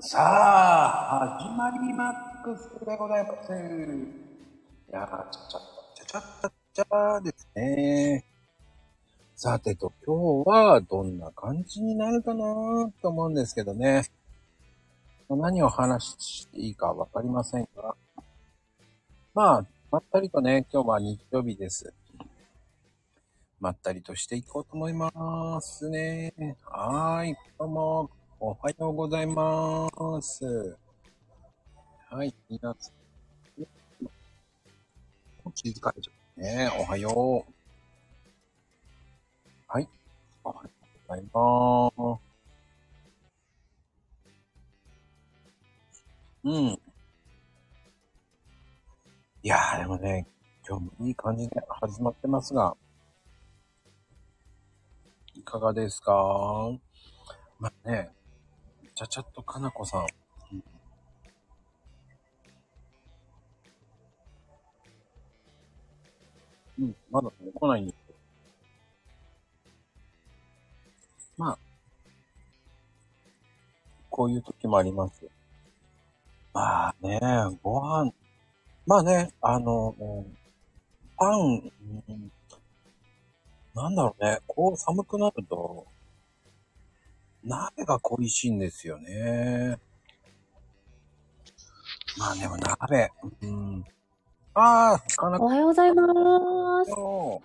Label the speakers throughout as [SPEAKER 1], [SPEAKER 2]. [SPEAKER 1] さあ、始まりマックスでございます。いやー、ちゃちゃちゃちゃちゃちゃですね。さてと、今日はどんな感じになるかなと思うんですけどね。まあ何を話していいかわかりませんが。まあ、まったりとね、今日は日曜日です。まったりとしていこうと思いますね。はーい、どうも、おはようございます。はい、皆さん。静かにね、おはよう。はい、おはようございます。うん。いやー、でもね、今日もいい感じで始まってますが、いかがですかまあね、ちゃちゃっとかなこさん。うん、まだね来ないんですけど。まあ、こういう時もありますよ。まあね、ご飯、まあね、あの、うんパン、うんなんだろうね、こう寒くなると、鍋が恋しいんですよね。まあでも鍋、うん。ああ、かな
[SPEAKER 2] お
[SPEAKER 1] こ
[SPEAKER 2] はようございます。
[SPEAKER 1] よ。
[SPEAKER 2] お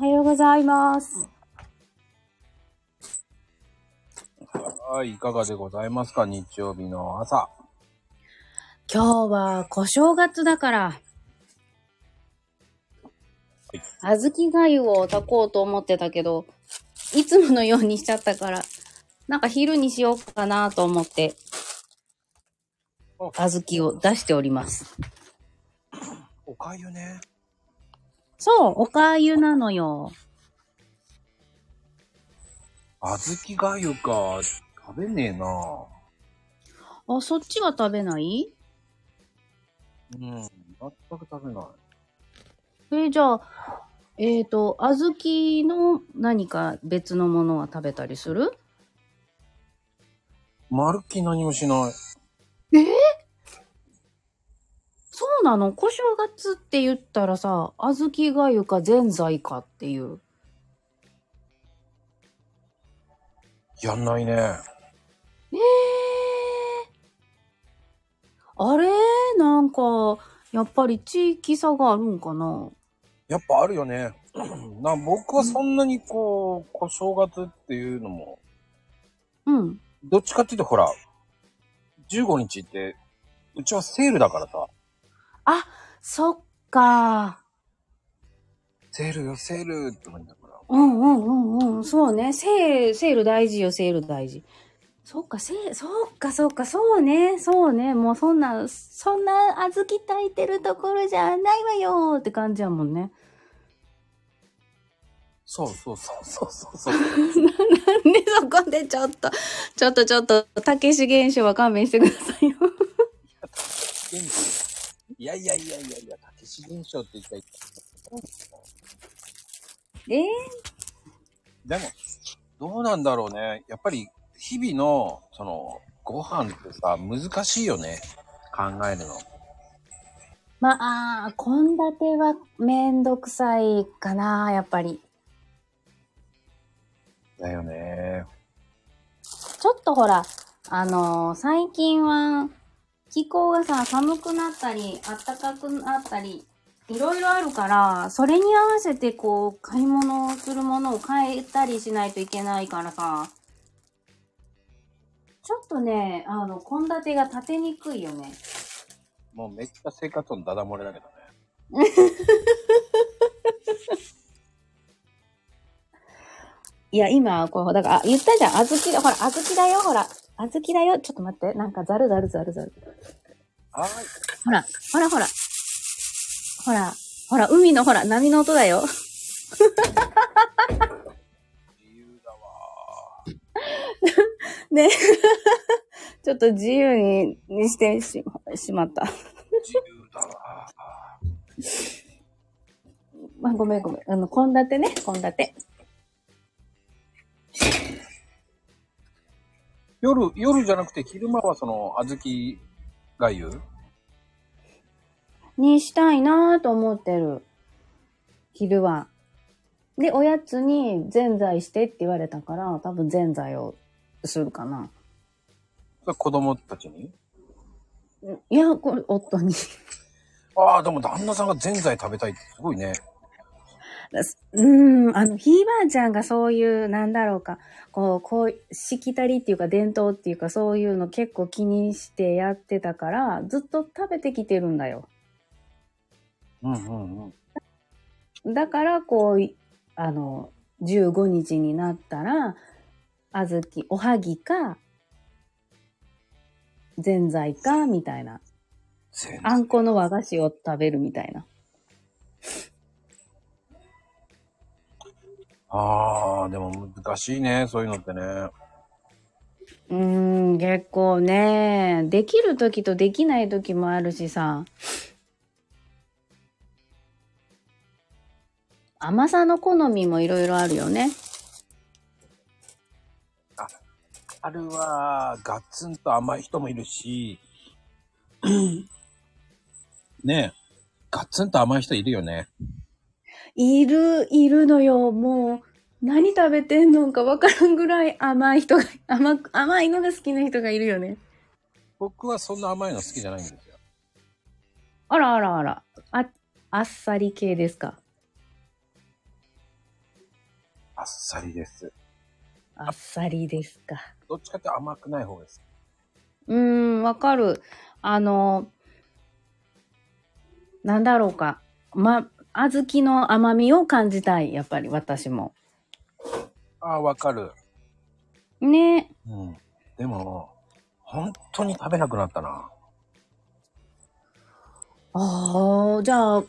[SPEAKER 2] はようございます。
[SPEAKER 1] はい、いかがでございますか日曜日の朝。
[SPEAKER 2] 今日は小正月だから、小豆がゆを炊こうと思ってたけど、いつものようにしちゃったから、なんか昼にしようかなと思って、小豆を出しております。
[SPEAKER 1] おかゆね。
[SPEAKER 2] そう、おかゆなのよ。
[SPEAKER 1] 小豆がゆか、食べねえな
[SPEAKER 2] あ、そっちは食べない
[SPEAKER 1] うん、全く食べない。
[SPEAKER 2] えーじゃあ、えっ、と、小豆の何か別のものは食べたりする
[SPEAKER 1] まるっきり何もしない。
[SPEAKER 2] そうなの小正月って言ったらさ、小豆がゆかぜんざいかっていう。
[SPEAKER 1] やんないね。
[SPEAKER 2] えー、あれなんか、やっぱり地域差があるんかな
[SPEAKER 1] やっぱあるよね。 な僕はそんなにこう、小正月っていうのも、
[SPEAKER 2] うん。
[SPEAKER 1] どっちかっていうとほら、15日って、うちはセールだからさ。
[SPEAKER 2] そっか。
[SPEAKER 1] セールよ、セールって思うんだから。
[SPEAKER 2] うんうんうんうん。そうね。セール、セール大事よ、セール大事。そっか、セール、そっか、そっか、そうね、そうね。もうそんな、そんな小豆炊いてるところじゃないわよーって感じやもんね。
[SPEAKER 1] そうそうそうそうそうそう。
[SPEAKER 2] なん でそこでちょっと、ちょっとちょっと、たけし現象は勘弁してくださいよ。
[SPEAKER 1] 現象いやいやいやいやいや、たけし現象って一体。
[SPEAKER 2] えー、
[SPEAKER 1] でも、どうなんだろうね。やっぱり、日々の、その、ご飯ってさ、難しいよね。考えるの。
[SPEAKER 2] まあ、献立はめんどくさいかな、やっぱり。
[SPEAKER 1] だよね。
[SPEAKER 2] ちょっとほら、あのー最近は、気候がさ、寒くなったり、暖かくなったり、いろいろあるから、それに合わせてこう、買い物をするものを変えたりしないといけないからさ、ちょっとね、あの、献立が立てにくいよね。
[SPEAKER 1] もうめっちゃ生活のダダ漏れだけどね。
[SPEAKER 2] いや、今、こう、だから、あ言ったじゃん、小豆だ、ほら、小豆だよ、ほら、小豆だよ、ちょっと待って、なんか、ざるざるざるざる。
[SPEAKER 1] はーい。
[SPEAKER 2] ほら、ほらほら。ほら、ほら、海のほら、波の音だよ。
[SPEAKER 1] 自由だわ。
[SPEAKER 2] ちょっと自由に、にしてししまった。
[SPEAKER 1] 自由だわ。
[SPEAKER 2] まあ、ごめんごめん。あの、献立ね、献立。
[SPEAKER 1] 夜、夜じゃなくて昼間はその、小豆がゆ
[SPEAKER 2] にしたいなぁと思ってる。昼は。で、おやつにぜんざいしてって言われたから、多分ぜんざいをするかな。
[SPEAKER 1] それ子供たちに
[SPEAKER 2] いや、これ、夫に。
[SPEAKER 1] ああ、でも旦那さんがぜんざい食べたいってすごいね。
[SPEAKER 2] うん、あの、ひいばあちゃんがそういう、なんだろうか、こう、こう、しきたりっていうか伝統っていうかそういうの結構気にしてやってたから、ずっと食べてきてるんだよ。
[SPEAKER 1] うんうんうん。
[SPEAKER 2] だから、こう、いあの、15日になったら、あずき、おはぎか、ぜんざいか、みたいな。
[SPEAKER 1] ぜん
[SPEAKER 2] あんこの和菓子を食べるみたいな。
[SPEAKER 1] ああ、でも難しいね、そういうのってね。
[SPEAKER 2] うーん、結構ね、できる時とできない時もあるしさ。甘さの好みもいろいろあるよね。
[SPEAKER 1] あるは、ガッツンと甘い人もいるし、 ねえ、ガッツンと甘い人いるよね。
[SPEAKER 2] いる、いるのよ。もう、何食べてんのかわからんぐらい甘い人が、甘く、甘いのが好きな人がいるよね。
[SPEAKER 1] 僕はそんな甘いの好きじゃないんですよ。
[SPEAKER 2] あらあらあら。あ、あっさり系ですか。
[SPEAKER 1] あっさりです。
[SPEAKER 2] あっさりですか。
[SPEAKER 1] どっちかって甘くない方が好き。
[SPEAKER 2] うーん、わかる。あの、なんだろうか。ま、小豆の甘みを感じたい。やっぱり私も。
[SPEAKER 1] ああ、わかる。
[SPEAKER 2] ね。
[SPEAKER 1] うん。でも、本当に食べなくなったな。
[SPEAKER 2] ああ、じゃあ、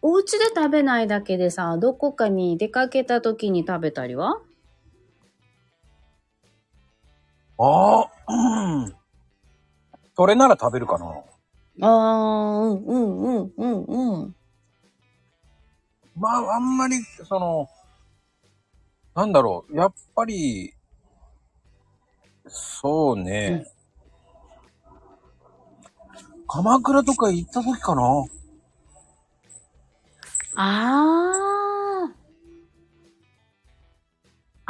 [SPEAKER 2] お家で食べないだけでさ、どこかに出かけた時に食べたりは
[SPEAKER 1] ああ、うん。それなら食べるかな。
[SPEAKER 2] ああ、うん、うん、うん、うん、うん。
[SPEAKER 1] まあ、あんまり、その、なんだろう、やっぱり、そうね。鎌倉とか行った時かな
[SPEAKER 2] ああ。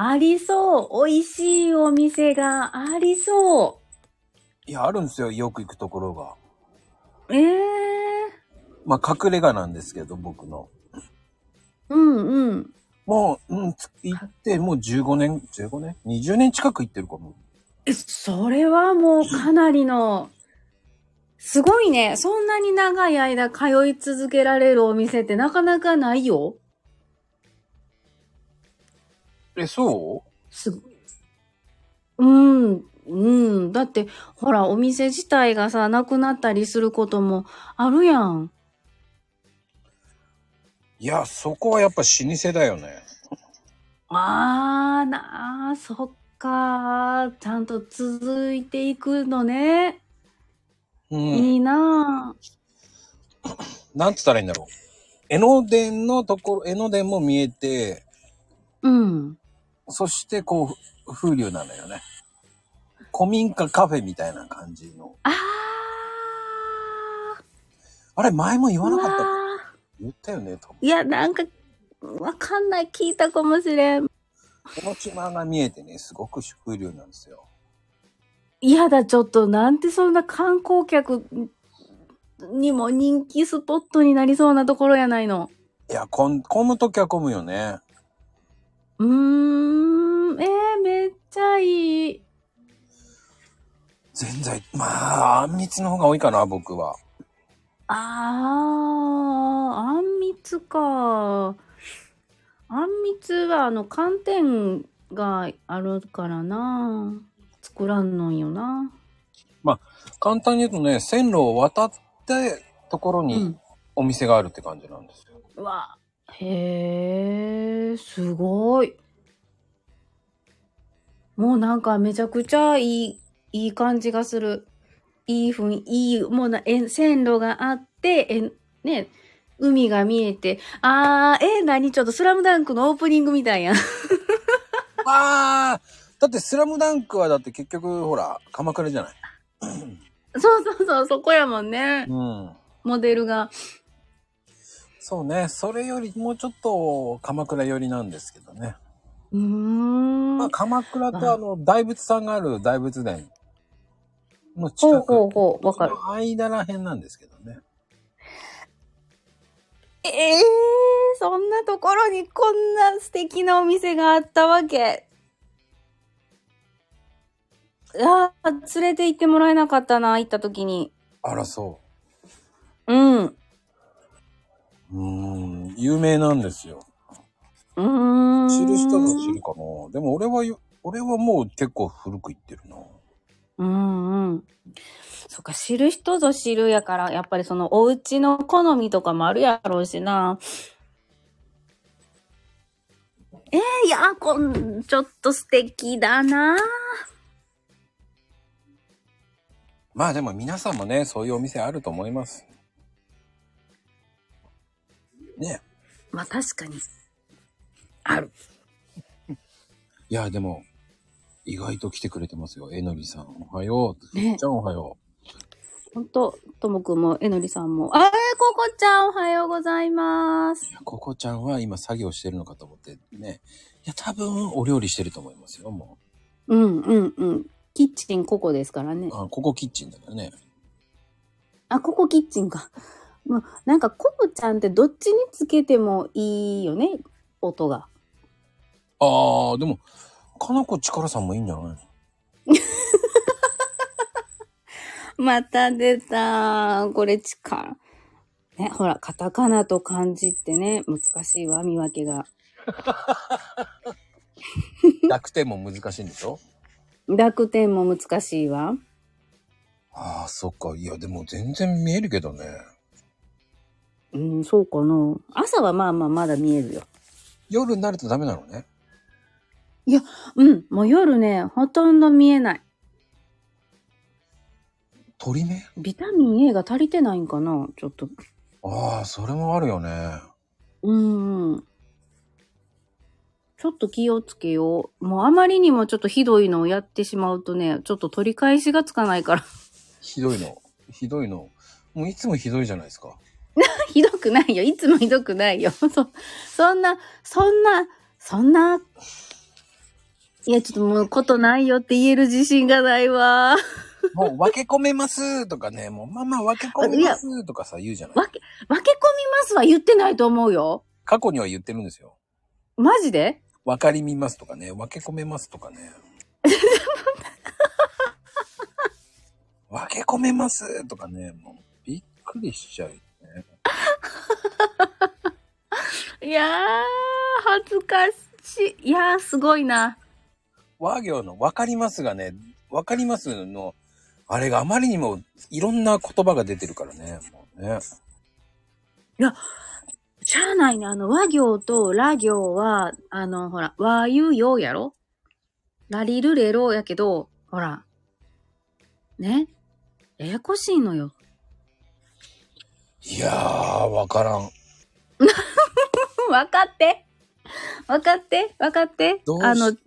[SPEAKER 2] ありそう。美味しいお店がありそう。
[SPEAKER 1] いや、あるんですよ、よく行くところが。
[SPEAKER 2] ええ
[SPEAKER 1] まあ、隠れ家なんですけど、僕の。
[SPEAKER 2] うんうん。
[SPEAKER 1] もう、うん、つ行って、もう15年、15年 ?20 年近く行ってるかも。
[SPEAKER 2] え、それはもうかなりの、すごいね。そんなに長い間通い続けられるお店ってなかなかないよ。
[SPEAKER 1] え、そう
[SPEAKER 2] すごい。うん、うん。だって、ほら、お店自体がさ、なくなったりすることもあるやん。
[SPEAKER 1] いや、そこはやっぱ老舗だよね。
[SPEAKER 2] あーなあ、そっか。ちゃんと続いていくのね。
[SPEAKER 1] うん。
[SPEAKER 2] いいなあ。
[SPEAKER 1] なんつったらいいんだろう。江ノ電のところ、江ノ電も見えて、
[SPEAKER 2] うん。
[SPEAKER 1] そしてこう、風流なのよね。古民家カフェみたいな感じの。
[SPEAKER 2] あー
[SPEAKER 1] あれ、前も言わなかっ
[SPEAKER 2] う
[SPEAKER 1] た
[SPEAKER 2] わ
[SPEAKER 1] 言ったよね、と。
[SPEAKER 2] ーいや、なんか、わかんない。聞いたかもしれん。
[SPEAKER 1] この島が見えてね、すごく風流なんですよ。
[SPEAKER 2] いやだ、ちょっと、なんてそんな観光客にも人気スポットになりそうなところやないの。
[SPEAKER 1] いや、こん、混むときは混むよね。
[SPEAKER 2] うーん、えー、めっちゃいい。
[SPEAKER 1] 全在、まあ、あんみつの方が多いかな、僕は。
[SPEAKER 2] あー、あんみつか。あんみつは、あの、寒天があるからな。作らんのんよな。
[SPEAKER 1] 簡単に言うとね、線路を渡ってところ
[SPEAKER 2] う
[SPEAKER 1] に
[SPEAKER 2] ん。
[SPEAKER 1] お店があるって感じなんですよ。
[SPEAKER 2] わへえすごいもうなんかめちゃくちゃいいいい感じがするいいふんいいもうなえ線路があってえね海が見えて あーえ何ちょっと「スラムダンクのオープニングみたいやん
[SPEAKER 1] ああだってスラムダンクはだって結局、ほら、鎌倉じゃない。
[SPEAKER 2] そうそうそう、そこやもんね。
[SPEAKER 1] うん。
[SPEAKER 2] モデルが。
[SPEAKER 1] そうね。それよりもうちょっと鎌倉寄りなんですけどね。
[SPEAKER 2] うーん。
[SPEAKER 1] まあ、鎌倉とあの、大仏さんがある大仏殿の
[SPEAKER 2] ほう
[SPEAKER 1] 近く。
[SPEAKER 2] ほうほう、わかる。
[SPEAKER 1] の間らへんなんですけどね。
[SPEAKER 2] ええー、そんなところにこんな素敵なお店があったわけ。ああ、連れて行ってもらえなかったな、行った時に。
[SPEAKER 1] あら、そ
[SPEAKER 2] うん。う
[SPEAKER 1] う。うーん、有名なんですよ。
[SPEAKER 2] ーん。
[SPEAKER 1] 知る人ぞ知るかな。でも俺はよ、俺はもう結構古く行ってるな。
[SPEAKER 2] うんうん。そっか、知る人ぞ知るやから、やっぱりそのお家の好みとかもあるやろうしな。えー、いや、こん、ちょっと素敵だな。
[SPEAKER 1] まあでも皆さんもね、そういうお店あると思います。ね。
[SPEAKER 2] まあ確かに。ある。
[SPEAKER 1] いや、でも、意外と来てくれてますよ。えのりさん、おはよう。
[SPEAKER 2] ね
[SPEAKER 1] じゃん、おはよ
[SPEAKER 2] ほんと、ともくんも、えのりさんも。あー、ここちゃん、おはようございます
[SPEAKER 1] う。い。や。ここちゃんは今作業してるのかと思ってね。いや、多分お料理してると思いますよ、も
[SPEAKER 2] うん、うん、うん。キッチンここですからね
[SPEAKER 1] う。。あ、ここキッチンだからね。
[SPEAKER 2] あ、ここキッチンか。もう、なんか、コブちゃんってどっちにつけてもいいよね、音が。
[SPEAKER 1] ああ、でも、かなこちからさんもいいんじゃない
[SPEAKER 2] また出た。これ、力。ね、ほら、カタカナと漢字ってね、難しいわ、見分けが。
[SPEAKER 1] 楽天も難しいんでしょ
[SPEAKER 2] 濁点も難しいわ。
[SPEAKER 1] ああ、そっか。いや、でも全然見えるけどね。
[SPEAKER 2] うん、そうかな。朝はまあまあ、まだ見えるよ。
[SPEAKER 1] 夜になるとダメなのね。
[SPEAKER 2] うん、もう夜ね、ほとんど見えない。
[SPEAKER 1] 鳥目
[SPEAKER 2] ビタミン A が足りてないんかなちょっと。
[SPEAKER 1] ああ、それもあるよね。
[SPEAKER 2] うんうん。ちょっと気をつけよう。もうあまりにもちょっとひどいのをやってしまうとね、ちょっと取り返しがつかないから。
[SPEAKER 1] ひどいの。ひどいの。もういつもひどいじゃないですか。
[SPEAKER 2] ひどくないよ。いつもひどくないよ。 そ、そんな、そんな、そんな、いや、ちょっともうことないよって言える自信がないわ。
[SPEAKER 1] もう分け込めますとかね、もうママ分け込めますとかさ、言うじゃない。
[SPEAKER 2] わけ、分け込みますは言ってないと思うよ。
[SPEAKER 1] 過去には言ってるんですよ。
[SPEAKER 2] マジで
[SPEAKER 1] 分かりみますとかね、分け込めますとかね。分け込めますとかね、もうびっくりしちゃうよね。
[SPEAKER 2] いやー、恥ずかしい。いやー、すごいな。
[SPEAKER 1] 和行の分かりますがね、分かりますの、あれがあまりにもいろんな言葉が出てるからね、もうね。
[SPEAKER 2] しゃあないね。あの、和行とら行は、あの、ほら、和ゆよやろラリルレロやけど、ほら。ねややこしいの よ。
[SPEAKER 1] いやー、分からん。
[SPEAKER 2] うんわかって。わかって。わかって
[SPEAKER 1] どう。し
[SPEAKER 2] あの、
[SPEAKER 1] い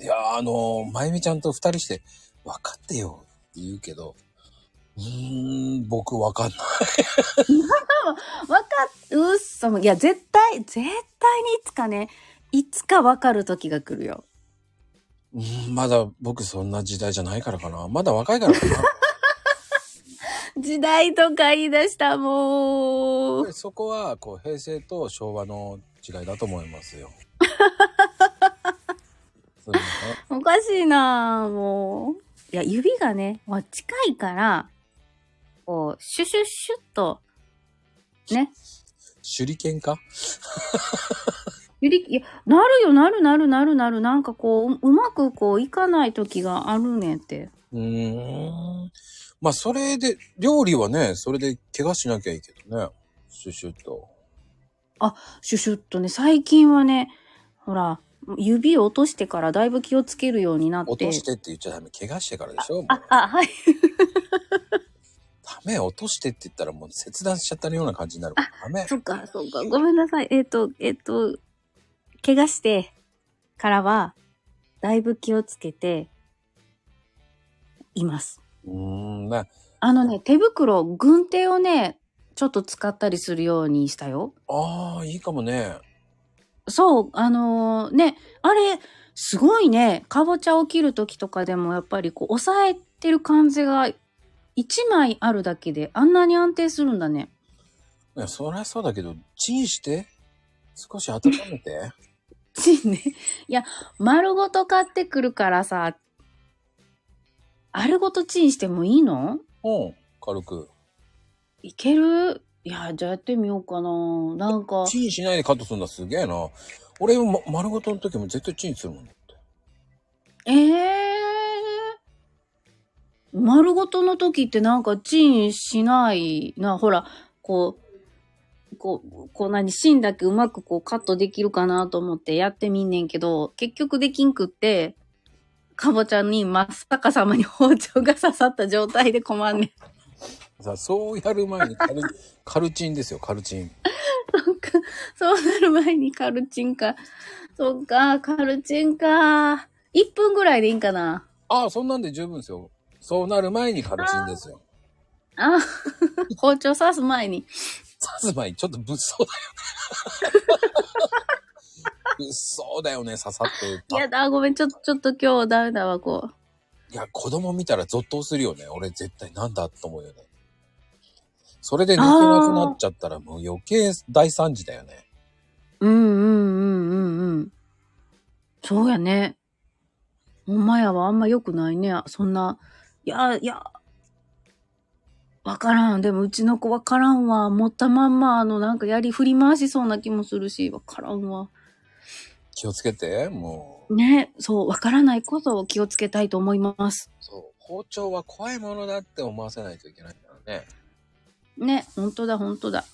[SPEAKER 1] やー、あのー、まゆみちゃんと二人して、分かってよって言うけど、うーん、僕分かんない。
[SPEAKER 2] わかっ、うっそ。いや、絶対、絶対にいつかね、いつかわかる時が来るよ。
[SPEAKER 1] うーん、まだ僕そんな時代じゃないからかな。まだ若いからかな。やっ
[SPEAKER 2] 時代とか言い出した、も
[SPEAKER 1] ぱ
[SPEAKER 2] う。
[SPEAKER 1] りそこは、こう、平成と昭和の違いだと思います よ。そうですね。
[SPEAKER 2] おかしいなあもう。いや、指がね、まあ近いから、こう、シュシュシュッと、ね。
[SPEAKER 1] 手裏剣か
[SPEAKER 2] 指、いや、なるよ、なるなるなるなる。なんかこう、ううまくこう、いかない時があるねんって。
[SPEAKER 1] うーん。まあ、それで、料理はね、それで怪我しなきゃいいけどね。シュシュッと。
[SPEAKER 2] シュシュッとね、最近はね、ほら、指を落としてからだいぶ気をつけるようになって。
[SPEAKER 1] 落としてって言っちゃダメ。怪我してからでしょもう
[SPEAKER 2] あ、あ、はい。
[SPEAKER 1] ダメ、落としてって言ったらもう切断しちゃったような感じになるから。ダメ。
[SPEAKER 2] そっか、そっか。ごめんなさい。えっ、と、えっ、と、怪我してからは、だいぶ気をつけています。
[SPEAKER 1] うーん、な、
[SPEAKER 2] あのね、手袋、軍手をね、ちょっと使ったりするようにしたよ。
[SPEAKER 1] ああ、いいかもね。
[SPEAKER 2] そう、あのーね、あれ、すごいね、かぼちゃを切るときとかでもやっぱりこう、押さえてる感じが、一枚あるだけであんなに安定するんだね。
[SPEAKER 1] いや、そりゃそうだけど、チンして、少し温めて。
[SPEAKER 2] チンね。いや、丸ごと買ってくるからさ、あれごとチンしてもいいの
[SPEAKER 1] うん、軽く。
[SPEAKER 2] いけるいや、じゃあやってみようかな。なんか、
[SPEAKER 1] チンしないでカットするんだ、すげえな。俺も、丸ごとの時も絶対チンするもんだって。
[SPEAKER 2] ええー。丸ごとの時ってなんかチンしないな。ほら、こう、こう、こう何、芯だけうまくこうカットできるかなと思ってやってみんねんけど、結局できんくって、かぼちゃに真っ逆さまに包丁が刺さった状態で困んねん。
[SPEAKER 1] さあ、そうやる前にカル、 カルチンですよ、カルチン。
[SPEAKER 2] そうか、そうなる前にカルチンか。そっか、カルチンか。1分ぐらいでいいんかな。
[SPEAKER 1] ああ、そんなんで十分ですよ。そうなる前にカルチンですよ。
[SPEAKER 2] あ、包丁刺す前に。
[SPEAKER 1] さつまい、ちょっと物騒だよね。物騒だよね、刺さって。
[SPEAKER 2] いやだ、ごめん、ちょっと、ちょっと今日ダメだわ、こう。
[SPEAKER 1] いや、子供見たらゾッとするよね。俺絶対なんだと思うよね。それで抜けなくなっちゃったらもう余計大惨事だよね。
[SPEAKER 2] うんうんうんうんうん。そうやね。お前やはあんま良くないね。そんな。いや、いや。わからん。でもうちの子わからんわ。持ったまんま、あの、なんかやり振り回しそうな気もするし、わからんわ。
[SPEAKER 1] 気をつけて、もう。
[SPEAKER 2] ね、そう、わからないことを気をつけたいと思います。
[SPEAKER 1] そう、包丁は怖いものだって思わせないといけないからね。
[SPEAKER 2] ね、ほんとだ、ほんとだ。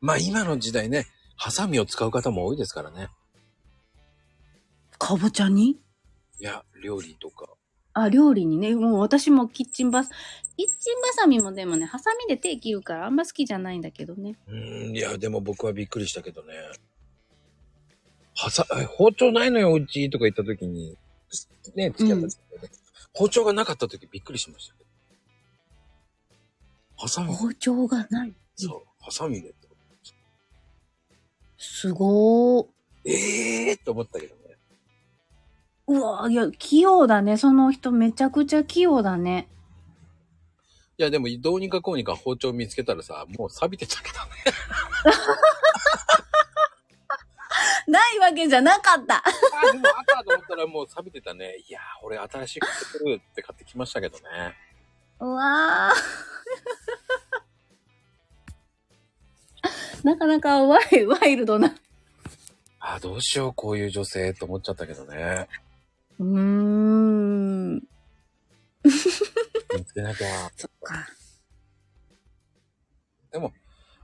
[SPEAKER 1] まあ今の時代ね、ハサミを使う方も多いですからね。
[SPEAKER 2] かぼちゃに
[SPEAKER 1] いや、料理とか。
[SPEAKER 2] あ、料理にね、もう私もキッチンバス、キッチンバサミもでもね、ハサミで手切るからあんま好きじゃないんだけどね。
[SPEAKER 1] うーん、いや、でも僕はびっくりしたけどね。はさ、え包丁ないのよ、うちとか言った時に、ね、付き合ったんですけどね、包丁がなかった時びっくりしましたけど。ハサミ、
[SPEAKER 2] 包丁がない。
[SPEAKER 1] そう、ハサミで。
[SPEAKER 2] すごー。
[SPEAKER 1] ええー、と思ったけどね。
[SPEAKER 2] うわーいや、器用だね。その人めちゃくちゃ器用だね。
[SPEAKER 1] いや、でも、どうにかこうにか包丁見つけたらさ、もう錆びてたけどね。
[SPEAKER 2] ないわけじゃなかった。
[SPEAKER 1] あ、でもあったと思ったらもう錆びてたね。いやー、俺新しい買ってくるって買ってきましたけどね。
[SPEAKER 2] うわ ー。なかなかワイワイルドな。
[SPEAKER 1] あ、どうしよう、こういう女性と思っちゃったけどね。
[SPEAKER 2] うーん。
[SPEAKER 1] 見つけなきゃ。
[SPEAKER 2] そっか。
[SPEAKER 1] でも、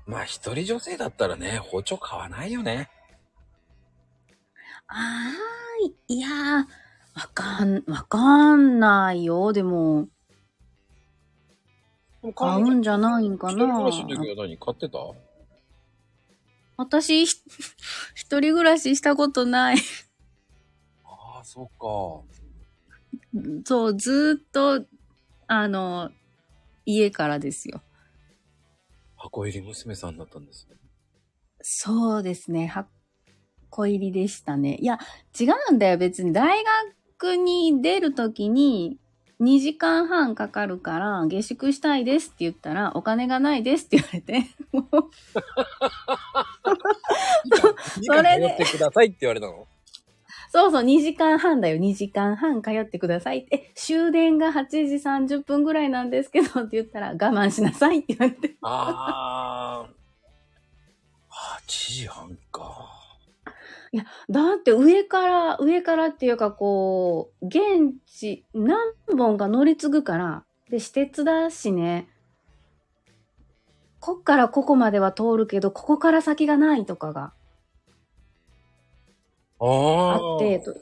[SPEAKER 1] まあ一人女性だったらね、包丁買わないよね。
[SPEAKER 2] あーい、いやー、わかん、わかんないよ。でも、買うんじゃないんか
[SPEAKER 1] 一人暮
[SPEAKER 2] な
[SPEAKER 1] らし。の時は何買ってた
[SPEAKER 2] 私、ひ一人暮らししたことない。
[SPEAKER 1] ああ、そうか。
[SPEAKER 2] そう、ずーっと、あの、家からですよ。
[SPEAKER 1] 箱入り娘さんだったんですね。
[SPEAKER 2] そうですね。箱入りでしたね。いや、違うんだよ。別に大学に出るときに2時間半かかるから下宿したいですって言ったらお金がないですって言われて、もう
[SPEAKER 1] そ
[SPEAKER 2] れで
[SPEAKER 1] ってくださいって言われたの
[SPEAKER 2] そうそう、2時間半だよ。2時間半通ってくださいって。え終電が8時30分ぐらいなんですけどって言ったら我慢しなさいって言われて。
[SPEAKER 1] ああ。8時半か。
[SPEAKER 2] だって上から、上からっていうかこう、現地何本か乗り継ぐから、で、私鉄だしね、こっからここまでは通るけど、ここから先がないとかが
[SPEAKER 1] ああ
[SPEAKER 2] あって、と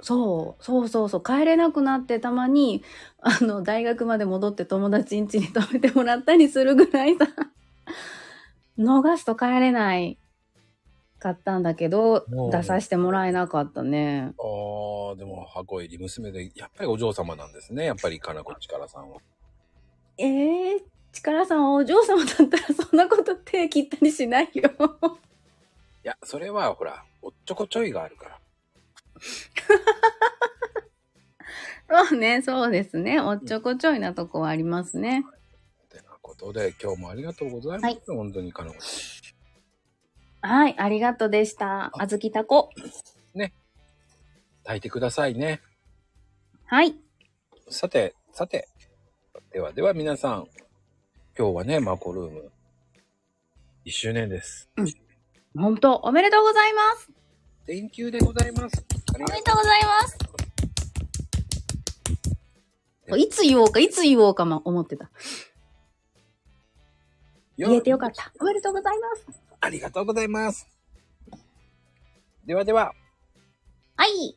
[SPEAKER 2] そう、そうそうそう、帰れなくなってたまに、あの、大学まで戻って友達ん家に泊めても らったりするぐらいさ、逃すと帰れない買ったんだけど
[SPEAKER 1] お、う
[SPEAKER 2] 出させてもらえなかったね。
[SPEAKER 1] ああ、でも箱入り娘で、やっぱりお嬢様なんですね。やっぱりかなこちからさんは。
[SPEAKER 2] えー、力さんはお嬢様だったらそんなこと手切ったりしないよ。
[SPEAKER 1] いや、それはほら、おっちょこちょいがあるから。
[SPEAKER 2] そうね、そうですね。おっちょこちょいなとこはありますね。
[SPEAKER 1] てなことで、今日もありがとうございます。
[SPEAKER 2] はい
[SPEAKER 1] 本当にかなこち
[SPEAKER 2] はい、ありがとうでした。あずきたこ。
[SPEAKER 1] ゃん。炊いてくださいね。
[SPEAKER 2] はい。
[SPEAKER 1] さて、さて。ではでは皆さん、今日はね、マコルーム、1周年です。
[SPEAKER 2] ほんと、おめでとうございます。
[SPEAKER 1] 電球でございます。あり
[SPEAKER 2] お
[SPEAKER 1] が
[SPEAKER 2] め
[SPEAKER 1] と
[SPEAKER 2] でとうございます。いつ言おうか、いつ言おうかも思ってた。
[SPEAKER 1] う。
[SPEAKER 2] 言えてよかった。おめでとうございます。
[SPEAKER 1] ありがとうございます。ではでは。
[SPEAKER 2] はい。